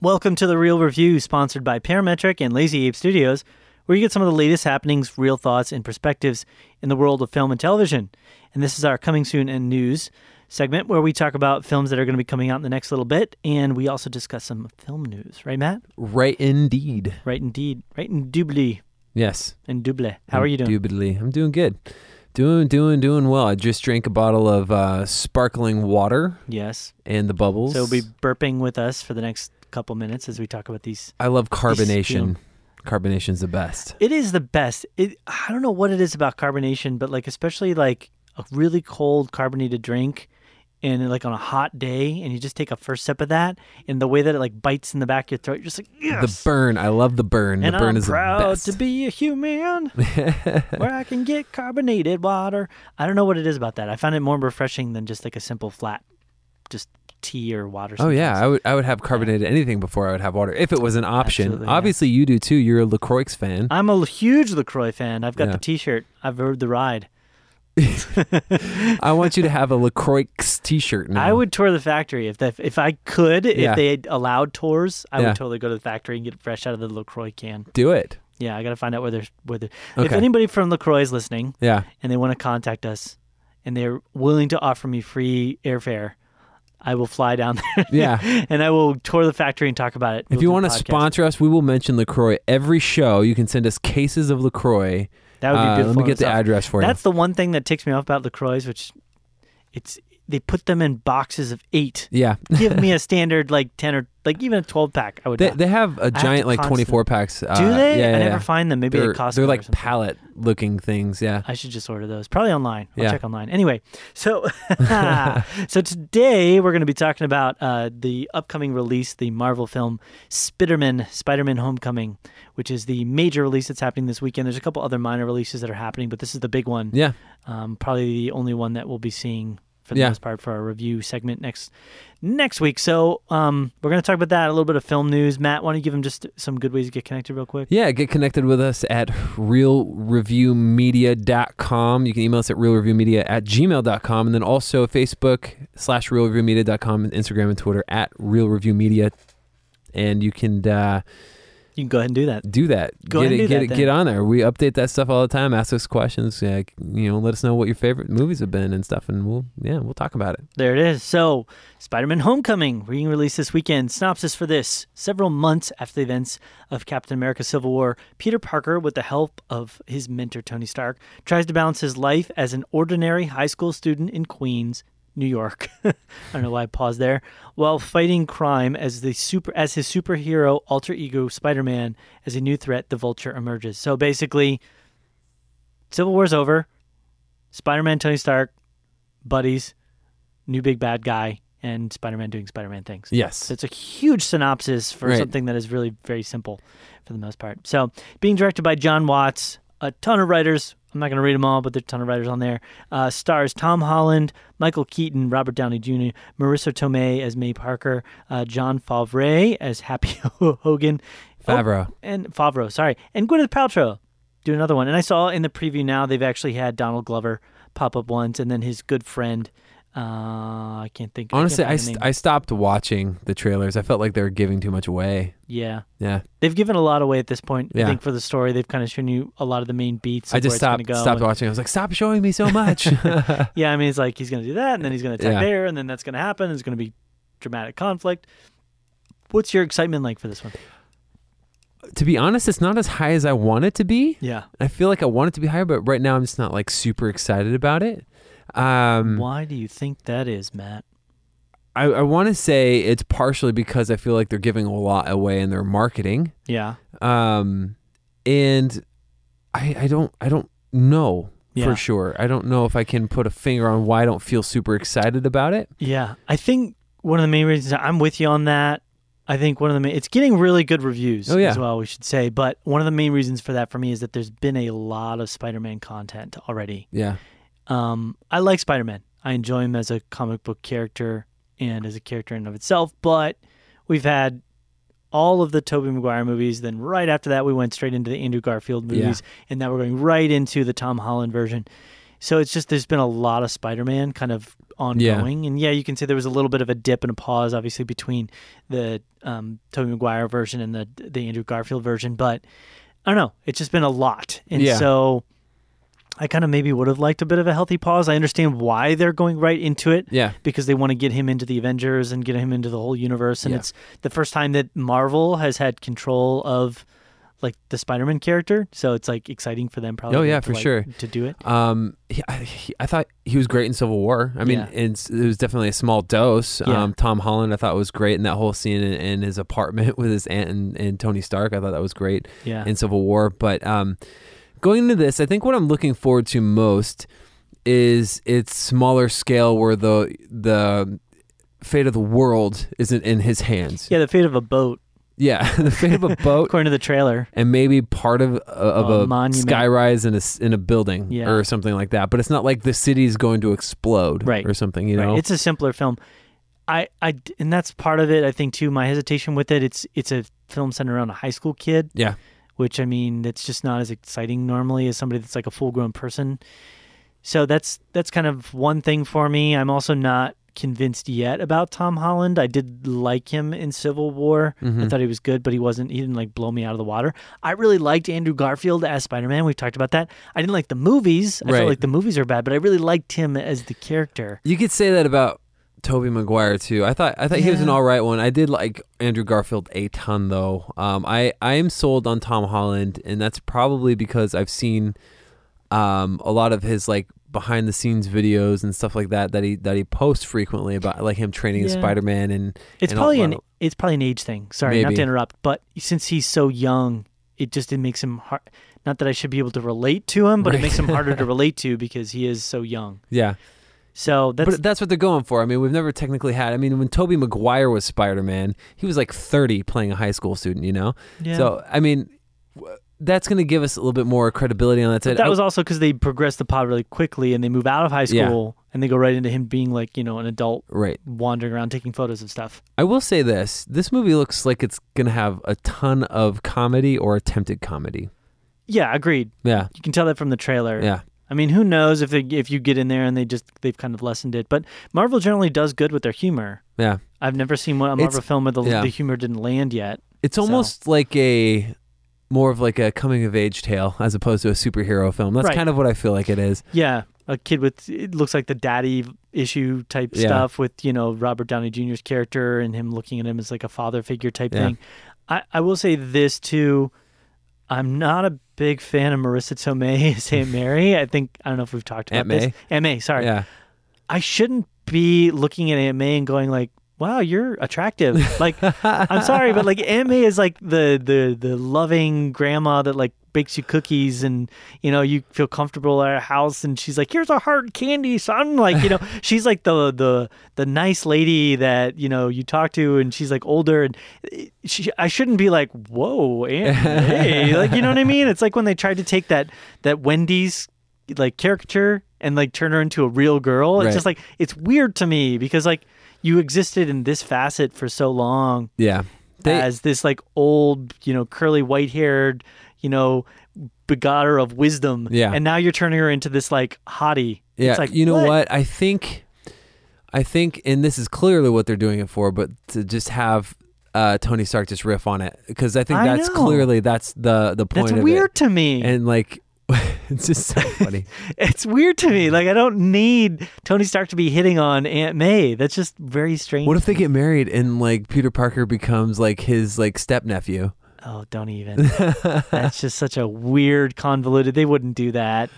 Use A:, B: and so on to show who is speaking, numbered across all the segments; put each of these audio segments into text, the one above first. A: Welcome to The Real Review, sponsored by Parametric and Lazy Ape Studios, where you get some of the latest happenings, real thoughts, and perspectives in the world of film and television. And this is our coming soon and news segment where we talk about films that are going to be coming out in the next little bit, and we also discuss some film news. Right, Matt?
B: Right, indeed.
A: Right, indeed. Right, indubly.
B: Yes.
A: Induble. How are you doing?
B: Indubitably, I'm doing good. Doing, doing, doing well. I just drank a bottle of uh, sparkling water
A: Yes.
B: and the bubbles.
A: So be burping with us for the next couple minutes as we talk about these.
B: I love carbonation. Carbonation's the best.
A: It is the best. It I don't know what it is about carbonation, but like especially like a really cold carbonated drink and like on a hot day and you just take a first sip of that and the way that it like bites in the back of your throat, you're just like yes.
B: The burn. I love the burn.
A: and
B: the burn
A: I'm
B: is
A: proud
B: the best.
A: to be a human where I can get carbonated water. I don't know what it is about that. I found it more refreshing than just like a simple flat just tea or water.
B: Oh yeah,
A: sometimes.
B: I would I would have carbonated anything before I would have water if it was an option.
A: Absolutely, yeah.
B: Obviously, you do too. You're a Lacroix fan.
A: I'm a huge LaCroix fan. I've got
B: Yeah.
A: the t shirt. I've heard the ride.
B: I want you to have a Lacroix T-shirt now.
A: I would tour the factory if that, if I could
B: Yeah.
A: if they allowed tours. I
B: Yeah.
A: would totally go to the factory and get it fresh out of the Lacroix can.
B: do it.
A: Yeah, I got to find out where there's where they're, if
B: Okay.
A: anybody from Lacroix is listening
B: Yeah,
A: and they want to contact us and they're willing to offer me free airfare, I will fly down there.
B: Yeah.
A: and I will tour the factory and talk about it. We'll
B: if you
A: do a
B: want to
A: podcast.
B: sponsor us, we will mention Lacroix every show. You can send us cases of Lacroix.
A: that would be
B: Uh,
A: beautiful.
B: let me
A: in
B: get the
A: itself.
B: address for
A: That's the one thing that ticks me off about Lacroix, which it's they put them in boxes of eight.
B: you. Yeah,
A: Give me a standard like ten or like even a twelve pack. I would.
B: they,
A: not.
B: they have
A: to
B: a giant like
A: constant-
B: twenty four packs. Uh,
A: Do they?
B: Yeah,
A: I
B: yeah,
A: never
B: yeah.
A: find them. Maybe
B: They're,
A: at Costco.
B: they're
A: or
B: like
A: something.
B: pallet looking things. Yeah.
A: I should just order those. Probably online. I'll
B: Yeah.
A: check online. Anyway, so so today we're going to be talking about uh, the upcoming release, the Marvel film Spiderman, Spider-Man: Homecoming, which is the major release that's happening this weekend. There's a couple other minor releases that are happening, but this is the big one.
B: Yeah.
A: Um, probably the only one that we'll be seeing for the
B: Yeah.
A: most part for our review segment next next week. So um, we're going to talk about that. A little bit of film news. Matt, want to give him just some good ways to get connected real quick?
B: Yeah, get connected with us at realreviewmedia.com. You can email us at realreviewmedia at gmail.com and then also Facebook slash realreviewmedia.com and Instagram and Twitter at realreviewmedia. And you can uh,
A: You can go ahead and do that.
B: do that.
A: Go ahead and
B: get it,
A: do
B: get
A: that
B: it,
A: then.
B: get on there. We update that stuff all the time. Ask us questions. Uh, you know, let us know what your favorite movies have been and stuff. And we'll yeah, we'll talk about it.
A: There it is. So, Spider Man Homecoming, being released this weekend. Synopsis for this Several months after the events of Captain America Civil War, Peter Parker, with the help of his mentor Tony Stark, tries to balance his life as an ordinary high school student in Queens. New York. I don't know why I paused there. While fighting crime as the super as his superhero alter ego Spider-Man as a new threat, the Vulture emerges. So basically, Civil War's over. Spider-Man, Tony Stark, buddies, new big bad guy, and Spider-Man doing Spider-Man things.
B: Yes.
A: So it's a huge synopsis for
B: Right.
A: something that is really very simple for the most part. So, being directed by John Watts, a ton of writers. I'm not going to read them all, but there's a ton of writers on there. Uh, stars Tom Holland, Michael Keaton, Robert Downey Jr., Marissa Tomei as May Parker, uh, John Favre as Happy Hogan, Oh,
B: Favreau.
A: and Favreau, sorry, and Gwyneth Paltrow do another one. And I saw in the preview now they've actually had Donald Glover pop up once, and then his good friend. Uh, I can't think. can't
B: Honestly,
A: think
B: I,
A: of the
B: st-
A: name.
B: I stopped watching the trailers. I felt like they were giving too much away.
A: yeah,
B: Yeah.
A: they've given a lot away at this point. I
B: Yeah.
A: think for the story, they've kind of shown you a lot of the main beats. Of
B: I just
A: where
B: stopped
A: it's gonna go.
B: stopped watching. I was like, stop showing me so much.
A: Yeah, I mean, it's like he's going to do that, and then he's going to attack
B: Yeah.
A: there, and then that's going to happen. It's going to be dramatic conflict. What's your excitement like for this one?
B: to be honest, it's not as high as I want it to be.
A: Yeah.
B: I feel like I want it to be higher, but right now I'm just not like super excited about it. Um,
A: Why do you think that is, Matt?
B: I, I want to say it's partially because I feel like they're giving a lot away in their marketing,
A: Yeah.
B: um, and I, I don't I don't know
A: Yeah.
B: for sure. I don't know if I can put a finger on why I don't feel super excited about it.
A: Yeah, I think one of the main reasons I'm with you on that. I think one of the main, it's getting really good reviews
B: Oh, yeah.
A: as well, we should say. But one of the main reasons for that for me is that there's been a lot of Spider-Man content already.
B: Yeah,
A: Um, I like Spider-Man. I enjoy him as a comic book character and as a character in and of itself. But we've had all of the Tobey Maguire movies. Then right after that, we went straight into the Andrew Garfield movies, and now we're going right into the Tom Holland version. So it's just there's been a lot of Spider-Man kind of ongoing, and yeah, you can say there was a little bit of a dip and a pause, obviously between the um, Tobey Maguire version and the the Andrew Garfield version, but I don't know. It's just been a lot, and
B: Yeah.
A: so I kind of maybe would have liked a bit of a healthy pause. I understand why they're going right into it,
B: Yeah.
A: because they want to get him into the Avengers and get him into the whole universe. And
B: Yeah.
A: it's the first time that Marvel has had control of like the Spider-Man character, so it's like exciting for them probably.
B: Oh, yeah,
A: to,
B: for
A: like,
B: sure.
A: to do it.
B: Um, he, I, he, I thought he was great in Civil War. I mean,
A: Yeah.
B: it's, it was definitely a small dose.
A: Yeah.
B: Um, Tom Holland, I thought was great in that whole scene in, in his apartment with his aunt and, and Tony Stark. I thought that was great
A: Yeah,
B: in Civil War. But um, going into this, I think what I'm looking forward to most is its smaller scale, where the the fate of the world isn't in his hands.
A: yeah, the fate of a boat,
B: yeah the fate of a boat
A: according to the trailer.
B: and maybe part of uh, of
A: A
B: a,
A: monument.
B: skyrise in a s- in a building
A: Yeah.
B: or something like that. But it's not like the city's going to explode
A: Right.
B: or something. You
A: Right,
B: know,
A: It's a simpler film. I, I, and that's part of it. I think too. My hesitation with it, it's it's a film centered around a high school kid.
B: Yeah.
A: Which I mean, that's just not as exciting normally as somebody that's like a full grown person. So that's that's kind of one thing for me. I'm also not convinced yet about Tom Holland. I did like him in Civil War. I
B: Mhm.
A: thought he was good, but he wasn't. He didn't like blow me out of the water. I really liked Andrew Garfield as Spider Man. We've talked about that. I didn't like the movies. I
B: Right.
A: felt like the movies are bad, but I really liked him as the character.
B: you could say that about Toby Maguire too. I thought I thought he was an
A: Yeah.
B: all right one. I did like Andrew Garfield a ton though. Um, I I am sold on Tom Holland, and that's probably because I've seen um a lot of his like behind the scenes videos and stuff like that that he that he posts frequently about like him training as
A: Yeah.
B: Spider Man and
A: It's
B: and a
A: probably
B: lot
A: an
B: of-
A: it's probably an age thing. Sorry, not
B: Maybe.
A: to interrupt, but since he's so young, it just it makes him hard. Not that I should be able to relate to him, but it
B: Right.
A: makes him harder to relate to because he is so young.
B: yeah.
A: So that's
B: but that's what they're going for. I mean, we've never technically had. I mean, when Toby Maguire was Spider Man, he was like 30 playing a high school student, you know?
A: yeah.
B: So, I mean, w- that's going to give us a little bit more credibility on that
A: But
B: side.
A: that
B: I-
A: was also because they progress the pod really quickly and they move out of high
B: Yeah.
A: school and they go right into him being like you know an adult
B: right.
A: wandering around taking photos of stuff.
B: I will say this this movie looks like it's going to have a ton of comedy or attempted comedy.
A: Yeah, agreed.
B: Yeah.
A: You can tell that from the trailer.
B: Yeah.
A: I mean, who knows if they if you get in there and they just they've kind of lessened it. But Marvel generally does good with their humor.
B: Yeah.
A: I've never seen one a
B: It's-
A: Marvel film where the,
B: yeah.
A: the humor didn't land yet.
B: It's almost like a. More of like a coming of age tale as opposed to a superhero film. That's
A: Right.
B: kind of what I feel like it is.
A: Yeah, a kid with it looks like the daddy issue type
B: Yeah.
A: stuff with you know Robert Downey Jr.'s character and him looking at him as like a father figure type
B: Yeah.
A: thing. I, I will say this too. I'm not a big fan of Marissa Tomei as Aunt Mary. I think I don't know if we've talked about
B: Aunt
A: this.
B: May?
A: Aunt May, sorry.
B: Yeah.
A: I shouldn't be looking at Aunt May and going like, "Wow, you're attractive." Like, I'm sorry, but like Aunt May is like the the the loving grandma that like bakes you cookies and you know you feel comfortable at her house and she's like, "Here's a hard candy, son." Like, you know, she's like the the the nice lady that you know you talk to, and she's like older and eh, she. I shouldn't be like, "Whoa, Aunt May," like you know what I mean? It's like when they tried to take that that Wendy's like caricature and like turn her into a real girl.
B: Right.
A: It's just like it's weird to me because like you existed in this facet for so long
B: Yeah. They,
A: as this like old, you know, curly white haired, you know, begotter of wisdom.
B: Yeah.
A: And now you're turning her into this like hottie.
B: Yeah,
A: It's like
B: you know what? I think, I think, and this is clearly what they're doing it for, but to just have uh, Tony Stark just riff on it because I think
A: I
B: that's
A: know.
B: clearly that's the the point
A: That's
B: of
A: weird
B: it,
A: to me.
B: and like it's just so funny.
A: it's weird to me. Like I don't need Tony Stark to be hitting on Aunt May. That's just very strange.
B: what if they get married and like Peter Parker becomes like his like step nephew?
A: Oh, don't even. That's just such a weird, convoluted. They wouldn't do that.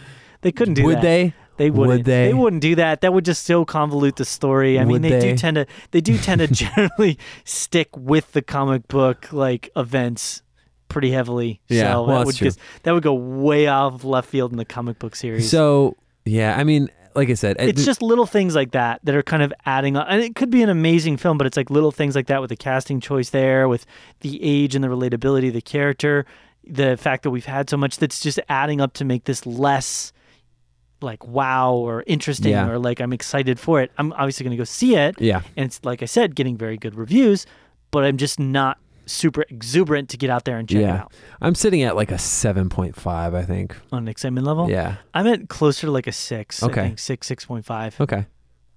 A: They couldn't do
B: Would
A: that.
B: they?
A: They
B: Would
A: wouldn't.
B: they?
A: wouldn't do that. That would just so convolute the story. I mean,
B: Would
A: they,
B: they?
A: do tend to. They do tend to generally stick with the comic book like events pretty heavily.
B: Yeah,
A: so
B: well,
A: that
B: that's
A: would
B: true.
A: just- that would go way out of left field in the comic book series.
B: So yeah, I mean, like I said, I-
A: it's just little things like that that are kind of adding on. And it could be an amazing film, but it's like little things like that with the casting choice there, with the age and the relatability of the character, the fact that we've had so much that's just adding up to make this less like wow or interesting
B: Yeah.
A: or like I'm excited for it. I'm obviously going to go see it.
B: yeah,
A: And it's like I said, getting very good reviews, but I'm just not super exuberant to get out there and check it
B: yeah.
A: out
B: I'm sitting at like a 7.5, I think.
A: on an excitement level.
B: Yeah.
A: I'm at closer to like a six.
B: Okay.
A: I think six, six point five.
B: Okay.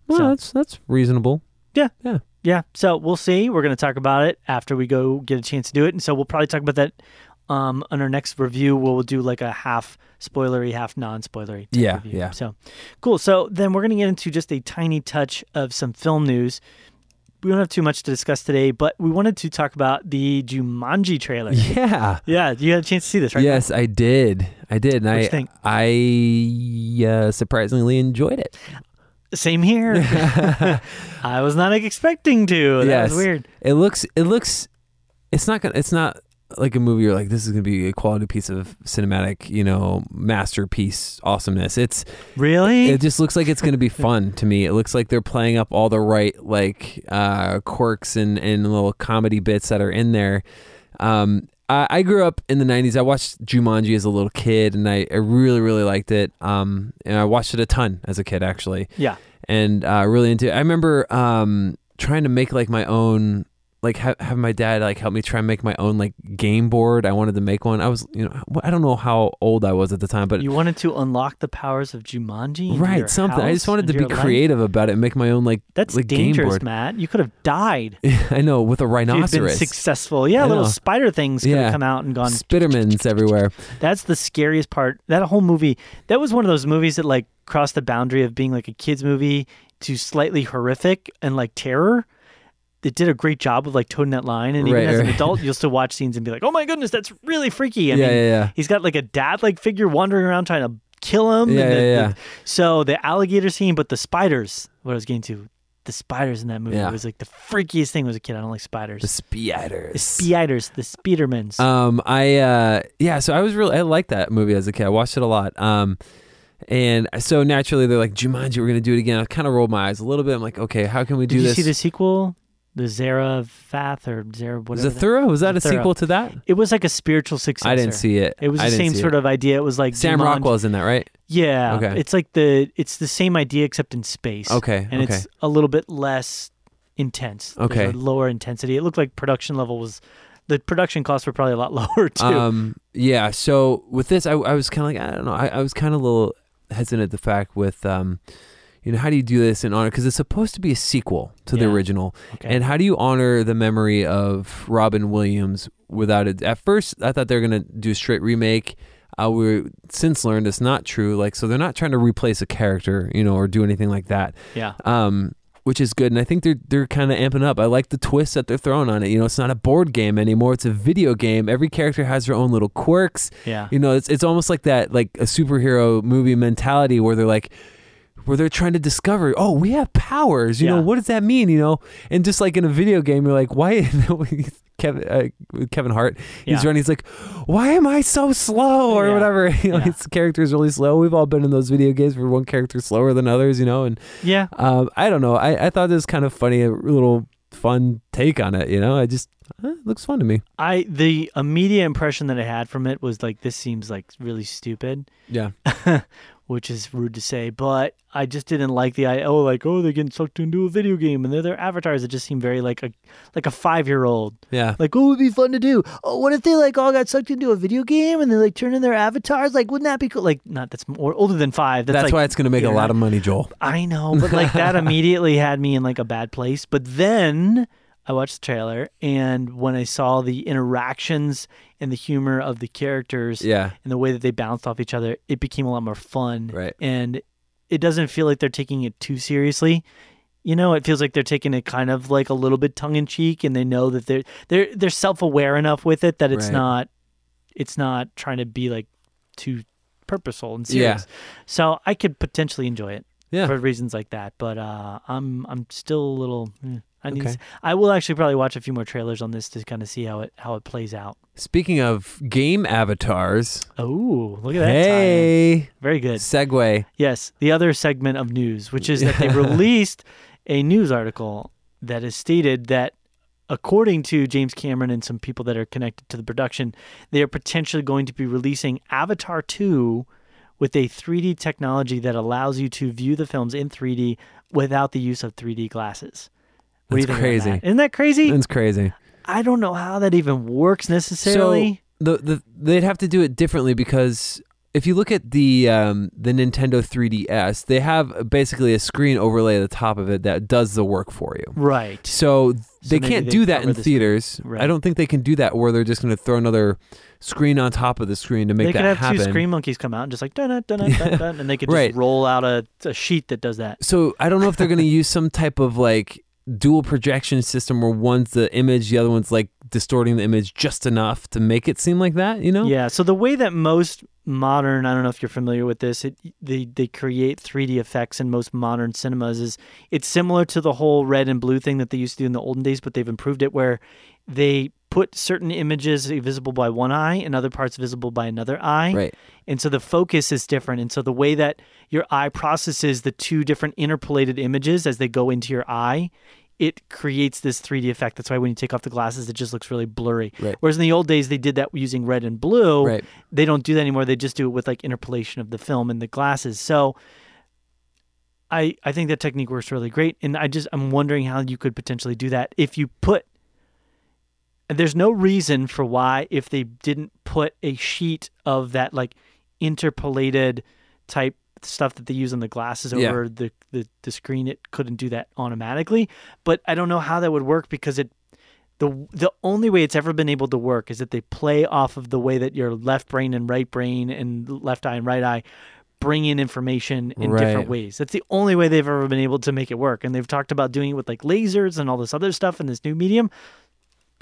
B: Well,
A: So-
B: that's that's reasonable.
A: Yeah. So we'll see. We're going to talk about it after we go get a chance to do it. And so we'll probably talk about that um, on our next review. We'll do like a half spoilery, half non spoilery.
B: Yeah,
A: Review.
B: yeah.
A: So cool. So then we're going to get into just a tiny touch of some film news. We don't have too much to discuss today, but we wanted to talk about the Jumanji trailer.
B: Yeah.
A: yeah. You had a chance to see this, right?
B: Yes, I did. I did. And
A: What'd
B: I
A: you think?
B: I uh, surprisingly enjoyed it.
A: Same here. I was not expecting to. That
B: Yes.
A: was weird.
B: It looks it looks it's not gonna it's not like a movie you're like this is gonna be a quality piece of cinematic, you know, masterpiece awesomeness. It's
A: Really?
B: it just looks like it's gonna be fun to me. It looks like they're playing up all the right like uh quirks and, and little comedy bits that are in there. Um I, I grew up in the nineties. I watched Jumanji as a little kid and I, I really, really liked it. Um and I watched it a ton as a kid actually
A: yeah.
B: and uh, really into it. I remember um, trying to make like my own, like ha- have my dad like help me try and make my own like game board. I wanted to make one. I was, you know, I don't know how old I was at the time, but
A: You wanted to unlock the powers of Jumanji, into your
B: right, something. I
A: house,
B: just wanted to
A: into
B: be
A: your life?
B: creative about it and make my own like
A: That's
B: like game
A: dangerous,
B: board.
A: Matt. You could have died. if
B: I know with a
A: You've been
B: rhinoceros.
A: successful. Yeah,
B: I
A: little
B: know.
A: spider things could
B: Yeah.
A: have come out and gone.
B: Spittermans everywhere.
A: That's the scariest part. That whole movie. That was one of those movies that like crossed the boundary of being like a kids movie to slightly horrific and like terror. It did a great job of like toting that line, and even
B: Right,
A: as an
B: right.
A: adult, you'll still watch scenes and be like, "Oh my goodness, that's really freaky." I
B: yeah,
A: mean,
B: yeah, yeah.
A: He's got like a dad like figure wandering around trying to kill him.
B: Yeah,
A: and
B: yeah,
A: the-
B: yeah.
A: the- so the alligator scene, but the spiders, what I was getting to, the spiders in that movie
B: Yeah.
A: was like the freakiest thing as a kid. I don't like
B: The
A: spiders. The
B: spiders.
A: spiders, the Speedermans.
B: Um, I uh, yeah, so I was really I liked that movie as a kid. I watched it a lot. Um, and so naturally they're like Jumanji, we're gonna do it again. I kind of rolled my eyes a little bit. I'm like, okay, how can we
A: Did
B: do
A: you
B: this?
A: see the sequel? The Zara Fath or Zara whatever. that-
B: Zathura was that a
A: Zathura.
B: sequel to that?
A: it was like a spiritual successor.
B: I didn't see it.
A: It was
B: I
A: the
B: didn't
A: same
B: see
A: sort
B: it.
A: of idea. It was like
B: Sam
A: Jumanji-
B: Rockwell's in that, right?
A: Yeah.
B: Okay.
A: It's like the it's the same idea except in space.
B: Okay,
A: and
B: okay.
A: it's a little bit less intense. There's
B: Okay.
A: a lower intensity. It looked like production level was the production costs were probably a lot lower too.
B: Um, yeah. So with this, I, I was kind of like, I don't know. I, I was kind of a little hesitant at the fact with, um, you know, how do you do this in honor? Because it's supposed to be a sequel to the
A: Yeah.
B: original.
A: Okay.
B: And how do you honor the memory of Robin Williams without it? At first, I thought they were gonna do a straight remake. Uh, we since learned it's not true. Like, so they're not trying to replace a character, you know, or do anything like that
A: yeah.
B: um, which is good. And I think they're they're kind of amping up. I like the twists that they're throwing on it. You know, it's not a board game anymore; it's a video game. Every character has their own little quirks.
A: Yeah.
B: You know, it's it's almost like that, like a superhero movie mentality where they're like. Where they're trying to discover, oh, we have powers. You know,
A: Yeah.
B: what does that mean? You know, and just like in a video game, you're like, why? Kevin uh, Kevin Hart, he's
A: Yeah.
B: running. He's like, why am I so slow or
A: Yeah.
B: whatever? You know,
A: Yeah.
B: his character is really slow. We've all been in those video games where one character's slower than others. You know, and
A: Yeah.
B: um, I don't know. I, I thought this was kind of funny, a little fun take on it. You know, I just eh, it looks fun to me.
A: I the immediate impression that I had from it was like this seems like really stupid,
B: Yeah,
A: which is rude to say, but I just didn't like the I oh like oh they're getting sucked into a video game and they're their avatars. It just seemed very like a like a five year old
B: yeah,
A: Like, what would be fun to do? Oh, what if they like all got sucked into a video game and they like turn in their avatars? Like, wouldn't that be cool? Like, not that's more older than five. That's,
B: that's
A: like,
B: why it's going to make a
A: yeah.
B: lot of money, Joel.
A: I know, but like that immediately had me in like a bad place. But then I watched the trailer, and when I saw the interactions and the humor of the characters
B: Yeah,
A: and the way that they bounced off each other, it became a lot more fun.
B: Right.
A: And it doesn't feel like they're taking it too seriously. You know, it feels like they're taking it kind of like a little bit tongue in cheek, and they know that they're they're they're self aware enough with it that it's
B: Right.
A: not it's not trying to be like too purposeful and
B: Yeah.
A: serious. So I could potentially enjoy it
B: yeah.
A: for reasons like that, but uh, I'm I'm still a little. eh, I need.
B: Okay.
A: I will actually probably watch a few more trailers on this to kind of see how it how it plays out.
B: Speaking of game avatars,
A: Oh, look at that! tie-in.
B: hey,
A: very good.
B: segue.
A: Yes, the other segment of news, which is that they released a news article that has stated that, according to James Cameron and some people that are connected to the production, they are potentially going to be releasing Avatar 2 with a 3D technology that allows you to view the films in 3D without the use of 3D glasses. What do you think
B: That's
A: about
B: crazy.
A: that? Isn't that crazy?
B: It's crazy.
A: I don't know how that even works necessarily.
B: So the, the they'd have to do it differently because if you look at the um, the Nintendo 3DS, they have basically a screen overlay at the top of it that does the work for you.
A: right.
B: So they
A: maybe
B: can't
A: they
B: do that
A: cover
B: in
A: this-
B: theaters.
A: Right.
B: I don't think they can do that where they're just going to throw another screen on top of the screen to make
A: they
B: that
A: could have
B: happen.
A: two screen monkeys come out and just like dun dun dun dun dun, dun and they could just
B: Right.
A: roll out a, a sheet that does that.
B: So I don't know if they're going to use some type of like dual projection system where one's the image, the other one's like distorting the image just enough to make it seem like that. You know?
A: Yeah. So the way that most modern, I don't know if you're familiar with this, it, they they create 3D effects in most modern cinemas is it's similar to the whole red and blue thing that they used to do in the olden days, but they've improved it where they put certain images visible by one eye and other parts visible by another eye.
B: Right.
A: And so the focus is different. And so the way that your eye processes the two different interpolated images as they go into your eye, it creates this 3D effect. That's why when you take off the glasses, it just looks really blurry.
B: Right.
A: Whereas in the old days, they did that using red and blue.
B: Right.
A: They don't do that anymore. They just do it with like interpolation of the film and the glasses. So I, I think that technique works really great. And I just, I'm wondering how you could potentially do that if you put and there's no reason for why if they didn't put a sheet of that like interpolated type stuff that they use on the glasses
B: Yeah.
A: over the, the the screen it couldn't do that automatically but i don't know how that would work because it the the only way it's ever been able to work is that they play off of the way that your left brain and right brain and left eye and right eye bring in information in different
B: Right.
A: ways. That's the only way they've ever been able to make it work. And they've talked about doing it with like lasers and all this other stuff in this new medium.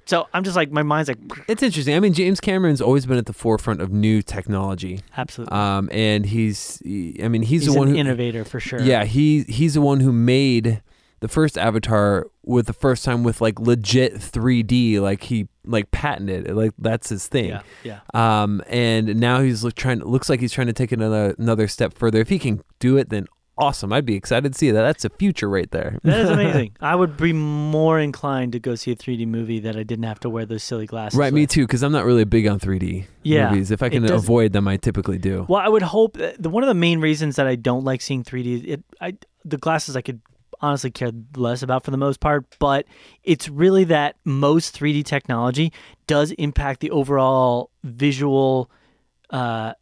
A: So I'm just like my mind's like
B: It's interesting. I mean, James Cameron's always been at the forefront of new technology.
A: absolutely.
B: Um, and he's, he- I mean, he's,
A: He's
B: the one
A: an
B: who,
A: innovator for sure.
B: yeah, he he's the one who made the first Avatar with the first time with like legit 3D. Like he like patented it. Like that's his thing.
A: Yeah. Yeah.
B: Um, and now he's look, trying. Looks like he's trying to take another another step further. If he can do it, then awesome. I'd be excited to see that. That's a future right there.
A: That is amazing. I would be more inclined to go see a 3D movie that I didn't have to wear those silly glasses.
B: Right, me
A: with.
B: too. Because I'm not really big on 3D
A: Yeah,
B: movies. If I
A: it
B: can
A: does-
B: avoid them, I typically do.
A: Well, I would hope that the, one of the main reasons that I don't like seeing 3D, it, I, the glasses I could honestly care less about for the most part, but it's really that most 3D technology does impact the overall visual uh,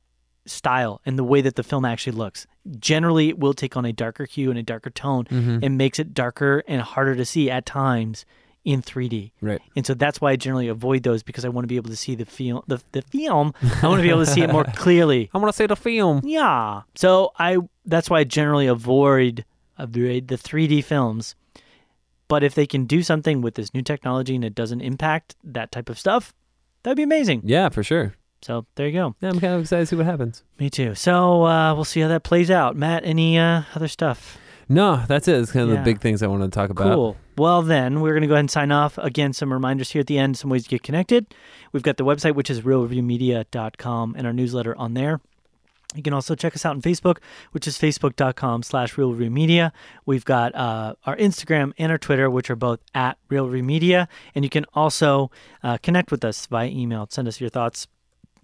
A: style and the way that the film actually looks. Generally, it will take on a darker hue and a darker tone and makes it darker and harder to see at times in 3D.
B: Right.
A: And so that's why I generally avoid those because I want to be able to see the film, the, the film. I want to be able to see it more clearly.
B: I want to say the film.
A: Yeah. So I that's why I generally avoid avoid the 3D films. But if they can do something with this new technology and it doesn't impact that type of stuff, that'd be amazing.
B: Yeah, for sure.
A: So there you go.
B: Yeah, I'm kind of excited to see what happens.
A: Me too. So uh, we'll see how that plays out. Matt, any uh, other stuff?
B: No, that's it. It's kind of
A: Yeah.
B: the big things I want to talk about.
A: Cool. Well, then we're going to go ahead and sign off. Again, some reminders here at the end, some ways to get connected. We've got the website, which is realreviewmedia.com, and our newsletter on there. You can also check us out on Facebook, which is facebook.com slash Real Review Media. We've got uh, our Instagram and our Twitter, which are both at Real Review Media. And you can also uh, connect with us via email. Send us your thoughts,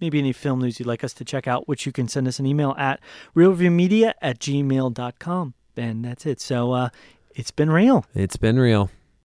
A: maybe any film news you'd like us to check out, which you can send us an email at realreviewmedia at gmail.com. And that's it. So uh, it's been real.
B: It's been real.